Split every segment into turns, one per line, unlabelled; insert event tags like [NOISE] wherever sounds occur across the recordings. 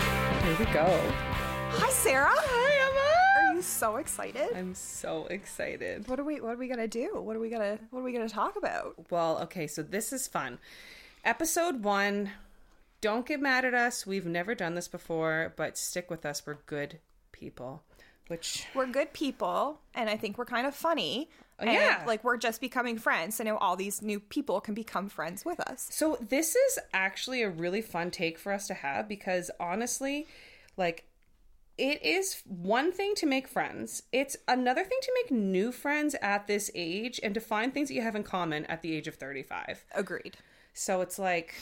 to go.
Hi, Sarah.
Hi,
Are you so excited?
I'm so excited.
what are we? What are we gonna do? What are we gonna? What are we gonna talk about?
Well, okay, so this is fun. Episode one. Don't get mad at us. We've never done this before, but stick with us. We're good people. Which
We're good people, and I think we're kind of funny. and,
yeah.
like we're just becoming friends. So now all these new people can become friends with us.
so this is actually a really fun take for us to have because honestly, like it is one thing to make friends. It's another thing to make new friends at this age and to find things that you have in common at the age of 35.
Agreed.
So it's like,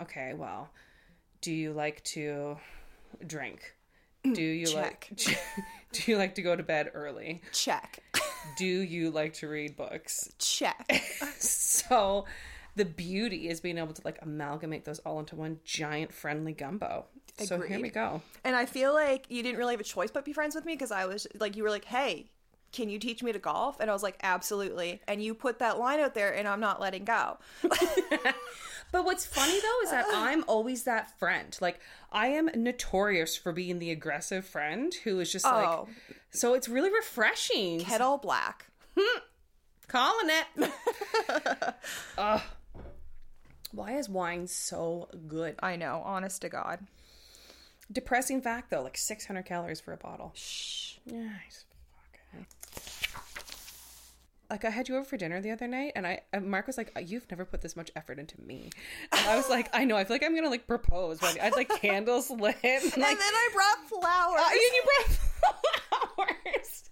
okay, well, do you like to drink?
Mm,
Do you like [LAUGHS] do you like to go to bed early?
Check. [LAUGHS]
Do you like to read books?
Check. [LAUGHS]
So the beauty is being able to like amalgamate those all into one giant friendly gumbo. So here we
Agreed.
go.
and I feel like you didn't really have a choice but be friends with me because I was like, you were like, hey. Can you teach me to golf? And I was like, absolutely. And you put that line out there, and I'm not letting go.
But what's funny though is that
[SIGHS]
I'm always that friend. Like I am notorious for being the aggressive friend who is just
Oh.
like so it's really refreshing.
Kettle black.
Calling it. Ugh. Why is wine so good?
I know, honest to God.
Depressing fact though, like 600 calories for a bottle.
Shh.
Nice. Fuck. Like I had you over for dinner the other night, and I and Mark was like, "You've never put this much effort into me." And I was like, "I know. I feel like I'm gonna like propose." But I had like candles lit, and, like
and then I brought flowers.
I
[LAUGHS]
mean, you brought flowers.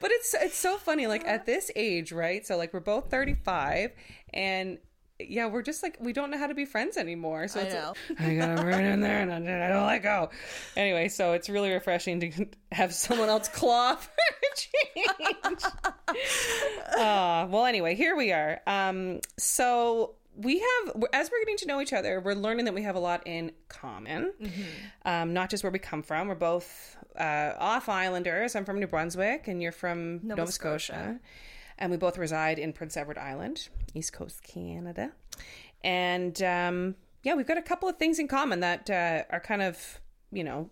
But it's it's so funny. Like at this age, right? So like we're both thirty five, and yeah, we're just like we don't know how to be friends anymore. So
I
it's
know.
[LAUGHS] I gotta run in there and I, I don't let go. Anyway, so it's really refreshing to [LAUGHS] have someone else claw [LAUGHS] for a change. Uh, well, anyway, here we are. Um, so we have, as we're getting to know each other, we're learning that we have a lot in common. Um, not just where we come from. We're both uh, off islanders. I'm from New Brunswick, and you're from Nova, Scotia. And we both reside in Prince Edward Island, East Coast Canada. And um, yeah, we've got a couple of things in common that uh, are kind of, you know,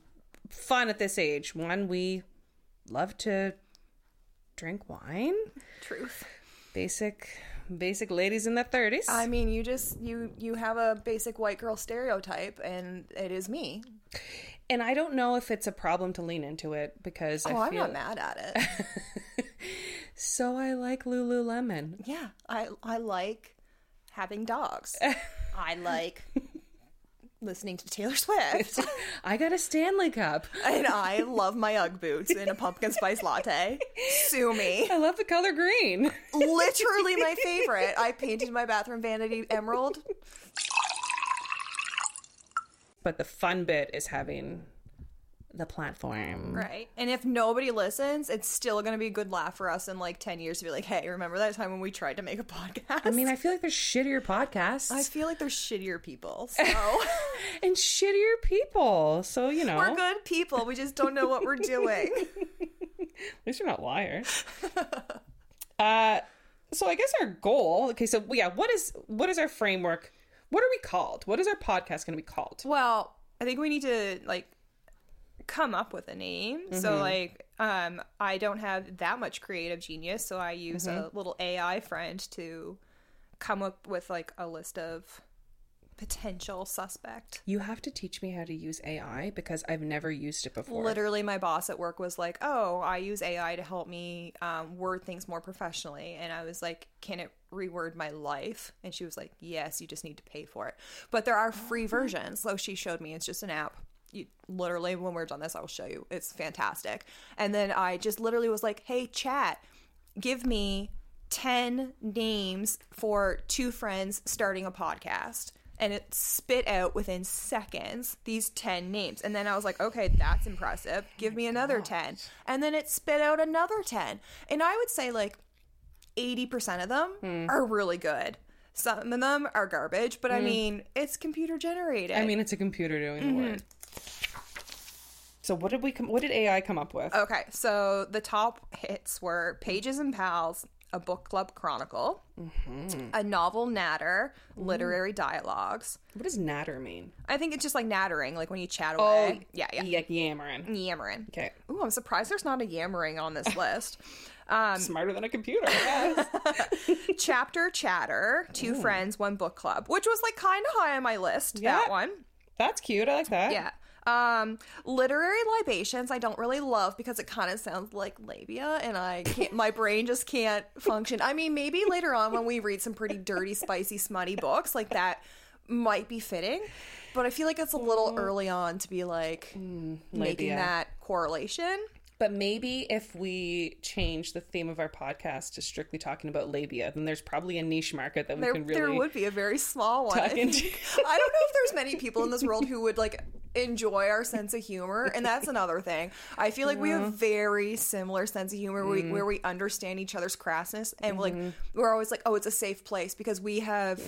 fun at this age. One, we love to drink wine
Truth.
basic basic ladies in their 30s
I mean, you just you you have a basic white girl stereotype, and it is me.
and i don't know if it's a problem to lean into it because
Oh,
i
I'm
feel
not mad at it.
so i like lululemon
[LAUGHS] yeah, I I like having [LAUGHS] dogs. I like listening to Taylor [LAUGHS] Swift,
i got a stanley cup
and I love my UGG boots and a pumpkin spice latte. Sue [LAUGHS] me.
i love the color green [LAUGHS]
Literally my favorite. I painted my bathroom vanity emerald.
but the fun bit is having the platform
Right. And if nobody listens, it's still going to be a good laugh for us in like 10 years to be like, hey, remember that time when we tried to make a podcast?
i mean i feel like there's shittier podcasts
[LAUGHS] I feel like there's shittier people. So
and shittier people so you know
[LAUGHS] we're good people. We just don't know what we're doing.
At least you're not liars. uh, so I guess our goal. Okay, so yeah, what is what is our framework? What are we called? What is our podcast going to be called?
[LAUGHS] well, I think we need to like come up with a name. So like um I don't have that much creative genius, so I use a little AI friend to come up with like a list of potential suspect
You have to teach me how to use AI because I've never used it before.
Literally, my boss at work was like, "Oh, I use AI to help me um, word things more professionally," and I was like, "Can it reword my life?" And she was like, "Yes, you just need to pay for it, but there are free versions." So she showed me it's just an app. You, literally, when we're done this, I will show you. It's fantastic. And then I just literally was like, "Hey, chat, give me ten names for two friends starting a podcast." and it spit out within seconds these 10 names. And then I was like, okay, that's impressive. Give
Oh
me another 10. And then it spit out another 10. And I would say like 80% of them
Hmm.
are really good. Some of them are garbage, but I mean, it's computer generated.
I mean, it's a computer doing the
Mm-hmm.
work. So what did
Uh,
we come? What did AI come up with?
okay, so the top hits were Pages and Pals, a book club chronicle, a novel natter, literary dialogues.
What does natter mean? E
I think it's just like nattering, like when you chat away. yeah, yeah.
Like yammering.
Yammering.
Okay.
Ooh, I'm surprised there's not a yammering on this list. Um,
Smarter than a
[LAUGHS]
computer, I guess.
chapter chatter, two friends, one book club, which was like kind of high on my list.
Yeah.
That one.
That's cute. I like that.
Yeah. Um, literary libations I don't really love because it kind of sounds like labia and I can't my brain just can't function. I mean, maybe later on when we read some pretty dirty, spicy, smutty books like that might be fitting, but I feel like it's a little early on to be like making
Mm. labia.
that correlation.
But maybe if we change the theme of our podcast to strictly talking about labia, then there's probably a niche market that we
There,
can
there
really
would be a very small one. I
tuck
think. [LAUGHS]
into.
I don't know if there's many people in this world who would like enjoy our sense of humor, and that's another thing. I feel like we have very similar sense of humor
Mm.
where, we, where we understand each other's crassness, and like
Mm-hmm.
we're always like, "Oh, it's a safe place" because we have.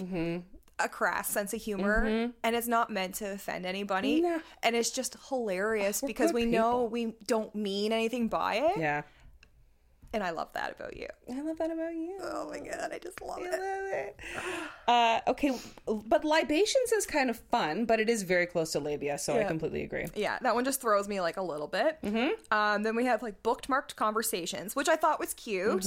A crass sense of humor, and it's not meant to offend anybody,
Mm-hmm. No.
and it's just hilarious
We're
because
good
we know we don't mean anything by it,
yeah.
and I love that about you.
I love that about you.
Oh my god, I just love
I
it.
love it. Uh, okay, but libations is kind of fun, but it is very close to labia, so I
Yeah.
completely agree.
Yeah, that one just throws me like a little bit. Mm-hmm. Um, then we have like bookmarked conversations, which I thought was cute.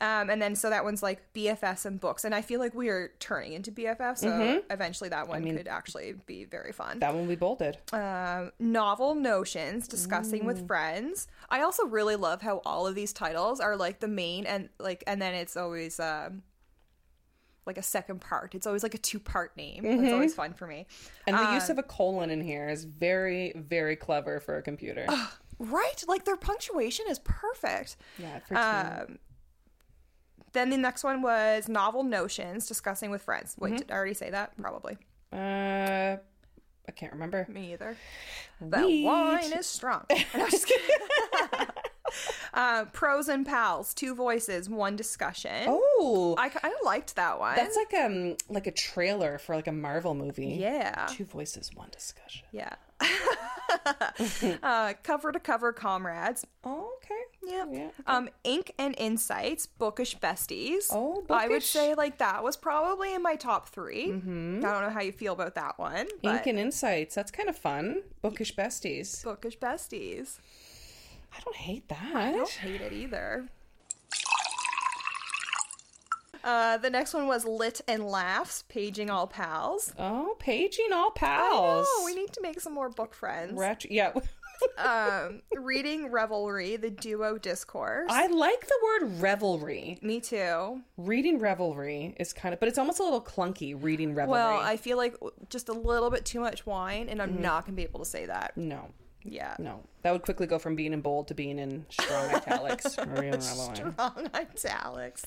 Um, and then so that one's like BFFs and books, and I feel like we are turning into BFF, so eventually that one could actually be very fun.
That one we bolded.
um, novel notions, discussing with friends. I also really love how all of these titles are like the main and like, and then it's always um, like a second part. It's always like a two part name. It's always fun for me.
And the
Uh,
use of a colon in here is very, very clever for a computer.
Oh, Right? Like their punctuation is perfect.
yeah, for uh,
Um, then the next one was novel notions discussing with friends. Wait, did I already say that? Probably.
uh, I can't remember.
Me either. That
Wheat.
wine is strong. And I'm just kidding. [LAUGHS] uh, pros and pals, two voices, one discussion.
Oh,
I kind of liked that one.
that's like um like a trailer for like a Marvel movie.
yeah.
Two voices, one discussion.
Yeah. [LAUGHS] uh, cover to cover comrades.
Oh, okay.
Yep.
Yeah.
Um, Ink and Insights, Bookish Besties.
Oh,
I would
Bookish.
say like that was probably in my top 3 I don't know how you feel about that one. But
Ink and Insights. That's kind of fun. Bookish besties.
Bookish Besties.
I don't hate
I
that.
don't hate it either. Uh, the next one was Lit and Laughs, Paging All Pals.
Oh, paging all pals.
Oh, we need to make some more book friends.
Rat- yeah. [LAUGHS]
um, reading Revelry, the duo discourse.
I like the word revelry.
Me too.
Reading revelry is kind of, but it's almost a little clunky. Reading revelry.
Well, I feel like just a little bit too much wine, and I'm not going to be able to say that.
no,
Mm-hmm. Yeah.
no, that would quickly go from being in bold to being in strong
[LAUGHS]
italics. Reading revelry.
Strong italics.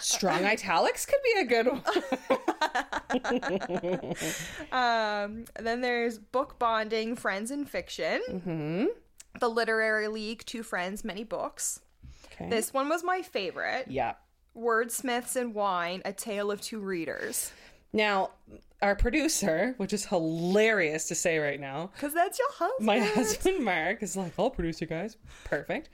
Strong italics could be a good one.
[LAUGHS] Um, then there's book bonding, friends in fiction. Mm-hmm. The Literary League, Two Friends, Many Books.
Okay.
This one was my favorite.
Yeah.
Wordsmiths and Wine, A Tale of Two Readers.
Now, our producer, which is hilarious to say right now,
Because that's your husband.
my husband Mark is like, I'll produce you guys. Perfect.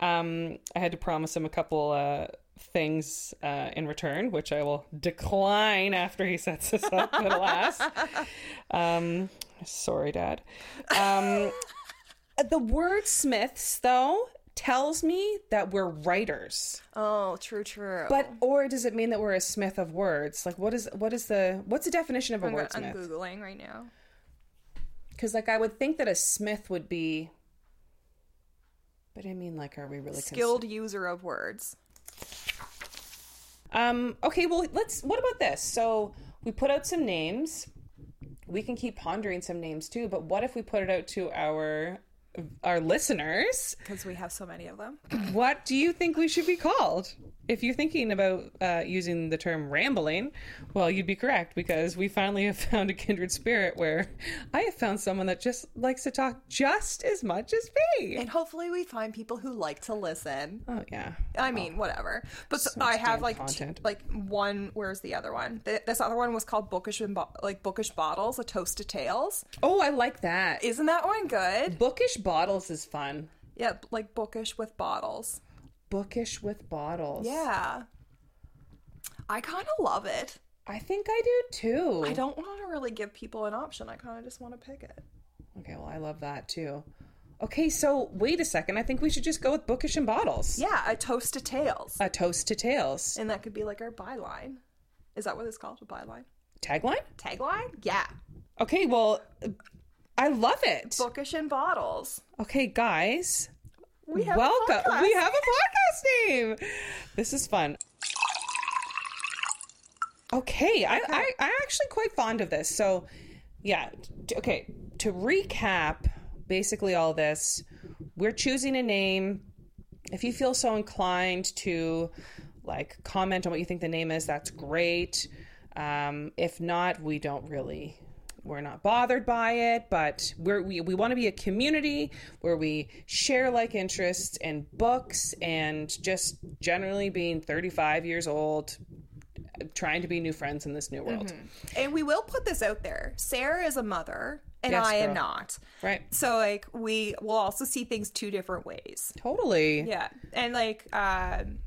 Um, I had to promise him a couple uh, things uh, in return, which I will decline after he sets this up. But alas, um, sorry, Dad. Um, the word Smiths, though, tells me that we're writers.
oh, true, true.
But or does it mean that we're a smith of words? Like, what is what is the what's the definition of a
I'm, go- I'm
wordsmith?
Googling right now.
Because like I would think that a smith would be, but I mean, like, are we really cons-
Skilled user of words.
Um. Okay. Well, let's. What about this? So we put out some names. We can keep pondering some names too. But what if we put it out to our our listeners?
Because we have so many of them.
What do you think we should be called? If you're thinking about uh, using the term rambling, well, you'd be correct because we finally have [LAUGHS] found a kindred spirit where I have found someone that just likes to talk just as much as me.
And hopefully we find people who like to listen.
Oh, yeah.
I mean, whatever. But so I have
damn
like two-
content.
like one. Where's the other one? Th- this other one was called Bookish and Bo- like Bookish Bottles, a Toast to Tales.
Oh, I like that.
Isn't that one good?
Bookish bottles is fun.
Yeah, like Bookish with bottles.
Bookish with bottles.
Yeah, I kind of love it.
I think I do too.
I don't want to really give people an option. I kind of just want to pick it.
Okay, well, I love that too. Okay, so wait a second. I think we should just go with bookish and bottles.
Yeah, a toast to tails.
A toast to tails.
And that could be like our byline. Is that what it's called? A byline?
Tagline?
Tagline? Yeah.
Okay, well, I love it.
Bookish and bottles.
Okay, guys,
We have a
welcome.
podcast.
we have a podcast name. This is fun. Okay, I, I, I'm actually quite fond of this. So, yeah, t- okay, to recap basically all this, we're choosing a name. If you feel so inclined to like comment on what you think the name is, that's great. Um, if not, we don't really we're not bothered by it, but we're, we we want to be a community where we share like interests and books and just generally being 35 years old, trying to be new friends in this new world,
And we will put this out there. Sarah is a mother, and
Yes,
I am
girl.
not.
right?
So like we will also see things two different ways.
Totally.
Yeah, and like um,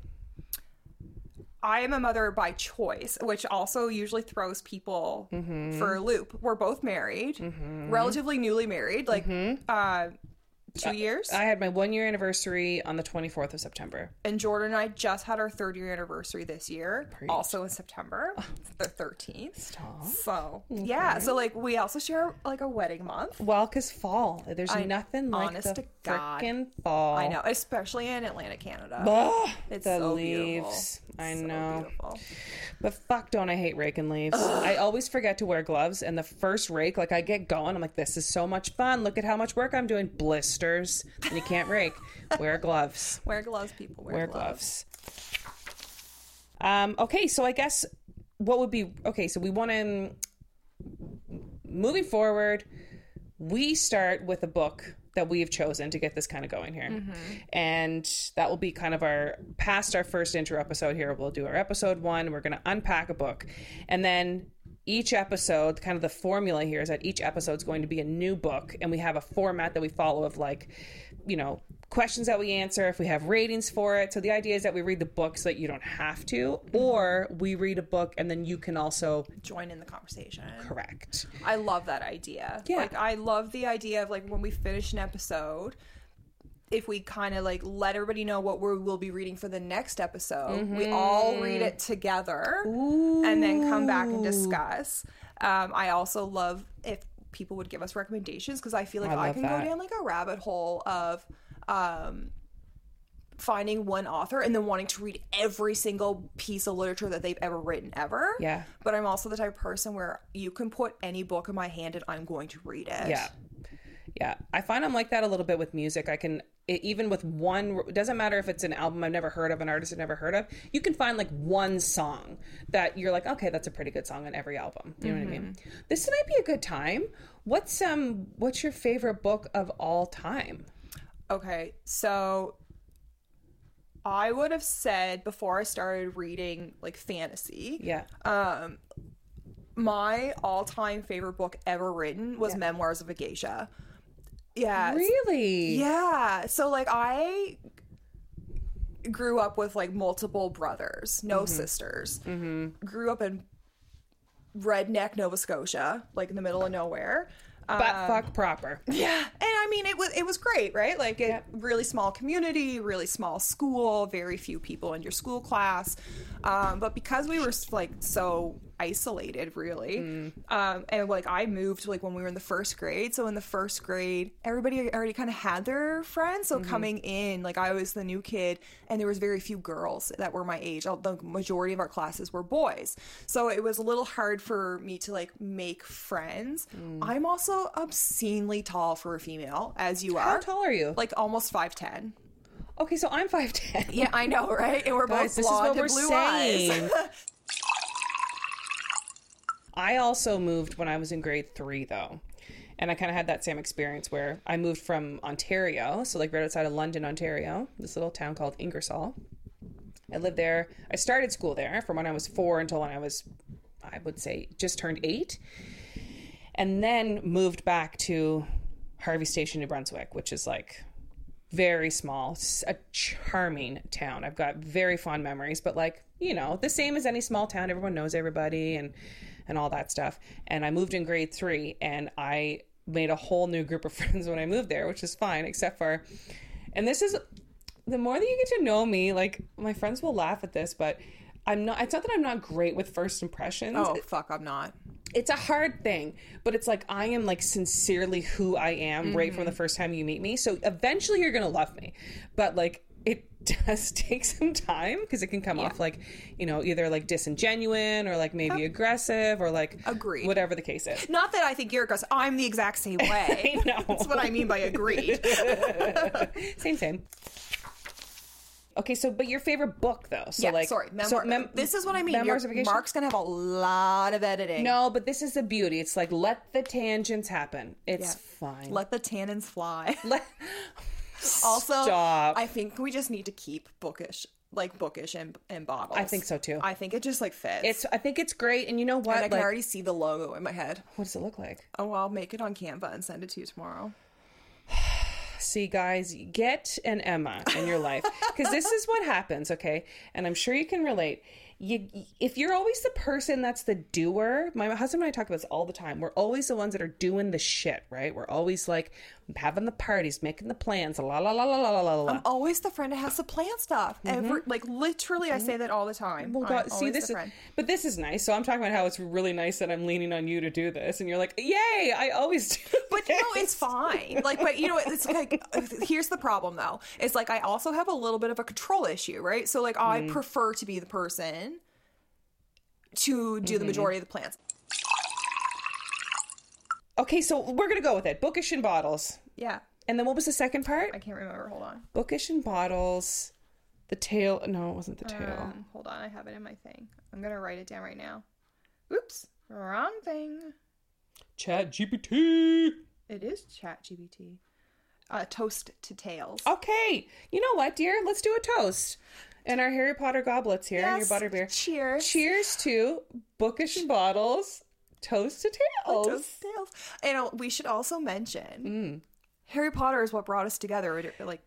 I am a mother by choice, which also usually throws people
Mm-hmm.
for a loop. We're both married, relatively newly married, like uh, two years.
Mm-hmm. I had my one year anniversary on the 24th of September.
and Jordan and I just had our third year anniversary this year, also in September,
Ah.
the thirteenth. So yeah, so like we also share like a wedding month.
Well, because fall. There's nothing like
honest
the
to God.
frickin' fall.
I know, especially in Atlanta, Canada.
Ugh,
It's
the
so beautiful.
leaves. I
So
know.
beautiful.
But fuck, don't I hate raking leaves? I always forget to wear gloves, and the first rake, like I get going, I'm like, this is so much fun. Look at how much work I'm doing. Blisters, and you can't
[LAUGHS]
rake. wear gloves.
Wear gloves, people. Wear,
Wear
gloves.
gloves. Um. Okay, so I guess what would be okay? So we want to moving forward. We start with a book that we have chosen to get this kind of going here, and that will be kind of our past our first intro episode. Here we'll do our episode one. We're going to unpack a book, and then each episode kind of the formula here is that each episode is going to be a new book and we have a format that we follow of like you know questions that we answer if we have ratings for it so the idea is that we read the book so that you don't have to or we read a book and then you can also
Join in the conversation.
correct
I love that idea.
Yeah.
Like I love the idea of like when we finish an episode, if we kind of like let everybody know what we will be reading for the next episode, we all read it
Mm-hmm.
together and then come back and discuss. Um, I also love if people would give us recommendations because I feel like
I
I,
love
can
that.
go down like a rabbit hole of um, finding one author and then wanting to read every single piece of literature that they've ever written ever.
Yeah.
But I'm also the type of person where you can put any book in my hand and I'm going to read it.
Yeah. Yeah. I find I'm like that a little bit with music. I can, e- even with one, it doesn't matter if it's an album I've never heard of, an artist I've never heard of, you can find like one song that you're like, okay, that's a pretty good song on every album. You know what I mean?
Mm-hmm.
This might be a good time. What's, um, what's your favorite book of all time?
Okay. So I would have said before I started reading like fantasy,
Yeah.
my all time favorite book ever written was Memoirs of a Geisha. Yeah. it's-
really?
Yeah. So like I grew up with like multiple brothers, no sisters. Mm-hmm. Grew up in redneck Nova Scotia, like in the middle of nowhere. Uh,
But fuck proper.
yeah, and I mean it was it was great, right? Like a really small community, really small school, very few people in your school class. Um, but because we were like so isolated, really, um, and like I moved like when we were in the first grade. So in the first grade, everybody already kind of had their friends. So coming in, like I was the new kid, and there was very few girls that were my age. All- The majority of our classes were boys, so it was a little hard for me to like make friends. I'm also obscenely tall for a female, as you
How
are,
tall are you?
like almost five ten.
Okay, so I'm 5'10.
Yeah, I know, right? And we're
Guys,
both
this is what
blonde
we're
and blue eyes.
saying. I also moved when I was in grade three, though. And I kind of had that same experience where I moved from Ontario, so like right outside of London, Ontario, this little town called Ingersoll. I lived there. I started school there from when I was four until when I was, I would say, just turned eight. And then moved back to Harvey Station, New Brunswick, which is like very small, s- a charming town. I've got very fond memories, but like, you know, the same as any small town, everyone knows everybody and and all that stuff. And I moved in grade 3 and I made a whole new group of [LAUGHS] friends when I moved there, which is fine except for and this is the more that you get to know me, like my friends will laugh at this, but I'm not it's not that I'm not great with first impressions
[LAUGHS] Oh fuck, I'm not.
it's a hard thing, but it's like I am like sincerely who I am right
Mm-hmm.
from the first time you meet me. So eventually you're gonna love me, but like it [LAUGHS] does take some time because it can come off like you know either like disingenuous or like maybe aggressive or like
Agreed.
whatever the case is. [LAUGHS]
Not that I think you're aggressive. I'm the exact same way.
I know.
That's what [LAUGHS] I mean by [LAUGHS] agreed.
Same, same. Okay, so but your favorite book though, so
yeah,
like
sorry. Memoir-
so mem-
this is what I mean. Your-
memoirs of vacation?
Mark's gonna have a lot of editing.
No, but this is the beauty. It's like let the tangents happen. It's fine.
Let the tannins fly.
[LAUGHS] Let-
[LAUGHS] also,
Stop.
I think we just need to keep bookish, like bookish and, and bottles.
I think so, too.
I think it just like fits.
It's. I think it's great, and you know what?
and I can
Like,
already see the logo in my head.
what does it look like?
Oh, I'll make it on Canva and send it to you tomorrow.
See, guys, get an Emma in your life because this is what happens. Okay, and I'm sure you can relate. You, if you're always the person that's the doer, my husband and I talk about this all the time. We're always the ones that are doing the shit, right? We're always like having the parties, making the plans, la la la la la la la. la.
Always the friend that has to plan stuff.
Mm-hmm.
Every, like literally, I say that all the time.
Well,
I'm
Mm-hmm. Oh God, see
always
this
the
is,
friend.
but this is nice. So I'm talking about how it's really nice that I'm leaning on you to do this, and you're like, "Yay! I always do."
But no, it's fine. Like, but you know, it's like here's the problem though. It's like I also have a little bit of a control issue, right? So like I prefer to be the person to do the majority of the plans.
okay, so we're gonna go with it. Bookish and bottles,
Yeah,
and then what was the second part?
I can't remember. Hold on.
bookish and bottles the tail no it wasn't the tail
Um, hold on, I have it in my thing. I'm gonna write it down right now. Oops, wrong thing.
chat gpt
It is ChatGPT. Uh, toast to tails.
okay you know what dear let's do a toast and our harry potter goblets here
Yes,
and your butterbeer
Cheers.
cheers to bookish and bottles toast to tails
Toast to tails. And uh, we should also mention Harry Potter is what brought us together. Like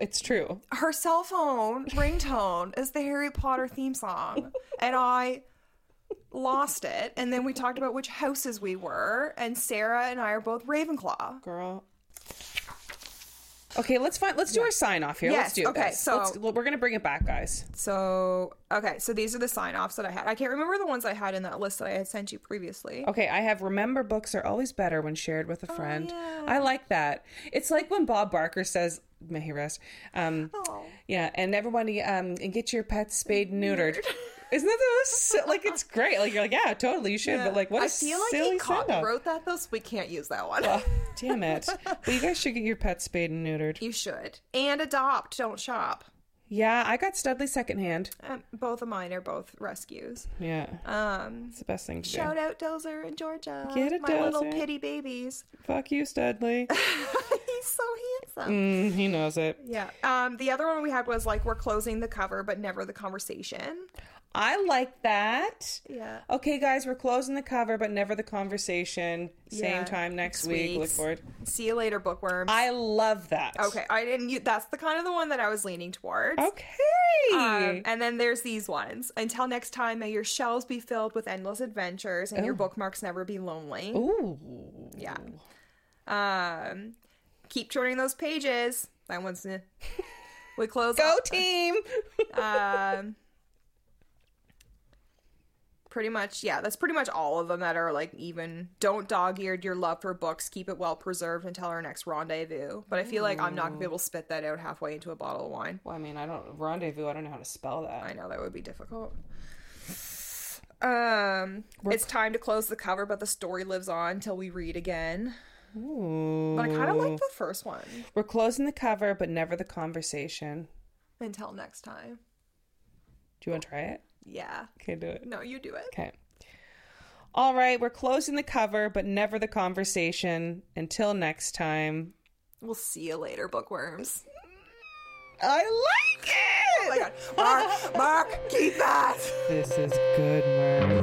it's true
her cell phone ringtone is the Harry Potter theme song, and I lost it. And then we talked about which houses we were, and Sarah and I are both Ravenclaw.
girl okay let's find let's do our sign off here let's
Yes,
do
okay,
this.
so-
Let's- we're gonna bring it back guys
So okay, so these are the sign offs that I had. I can't remember the ones I had in that list that I had sent you previously.
Okay, I have remember books are always better when shared with a friend.
Oh, yeah.
I like that. It's like when Bob Barker says, may he rest. Um,
Oh.
Yeah, and everybody um, and get your pets spayed and neutered. [LAUGHS] Isn't that the most, si- like,
[LAUGHS]
it's great. Like, you're like, yeah, totally, you should. But, like, what a
I feel like
silly
he caught,
send-off.
wrote that though, so we can't use that one.
Damn it. But you guys should get your pets spayed and neutered.
[LAUGHS] you should and adopt, don't shop.
Yeah, I got Studley secondhand.
Um, both of mine are both rescues.
Yeah,
Um,
it's the best thing to
shout out Dozer and Georgia,
Get it,
my little
Dozer.
pity babies. [LAUGHS]
do. Fuck you, Studley.
He's so handsome.
Mm, he knows it.
Yeah. Um, the other one we had was like we're closing the cover, but never the conversation.
I like that.
Yeah.
Okay, guys, we're closing the cover, but never the conversation.
Yeah.
Same time next
Next
week. Look
week's.
forward.
See you later, bookworm.
I love that.
okay, I didn't. You, that's the kind of the one that I was leaning towards.
Okay.
Um, and then there's these ones. Until next time, may your shelves be filled with endless adventures and your bookmarks never be lonely.
Oh. Ooh.
Yeah. Um, keep turning those pages. That one's.
[LAUGHS]
eh. We close.
Go team.
Um, pretty much, yeah. That's pretty much all of them that are like even. Don't dog-eared your love for books. Keep it well preserved until our next rendezvous. But I feel like I'm not gonna be able to spit that out halfway into a bottle of wine.
Well, I mean, I don't rendezvous. I don't know how to spell that.
I know that would be difficult. Um, it's time to close the cover, but the story lives on till we read again.
Ooh.
But I kind of like the first one.
We're closing the cover, but never the conversation.
Until next time.
Do you want to try it?
Yeah.
Okay, do it.
No, you do it.
Okay. All right, we're closing the cover, but never the conversation. Until next time.
We'll see you later, [LAUGHS] bookworms.
I like it.
Oh my god. Mark, Mark, keep that.
This is good, Merv.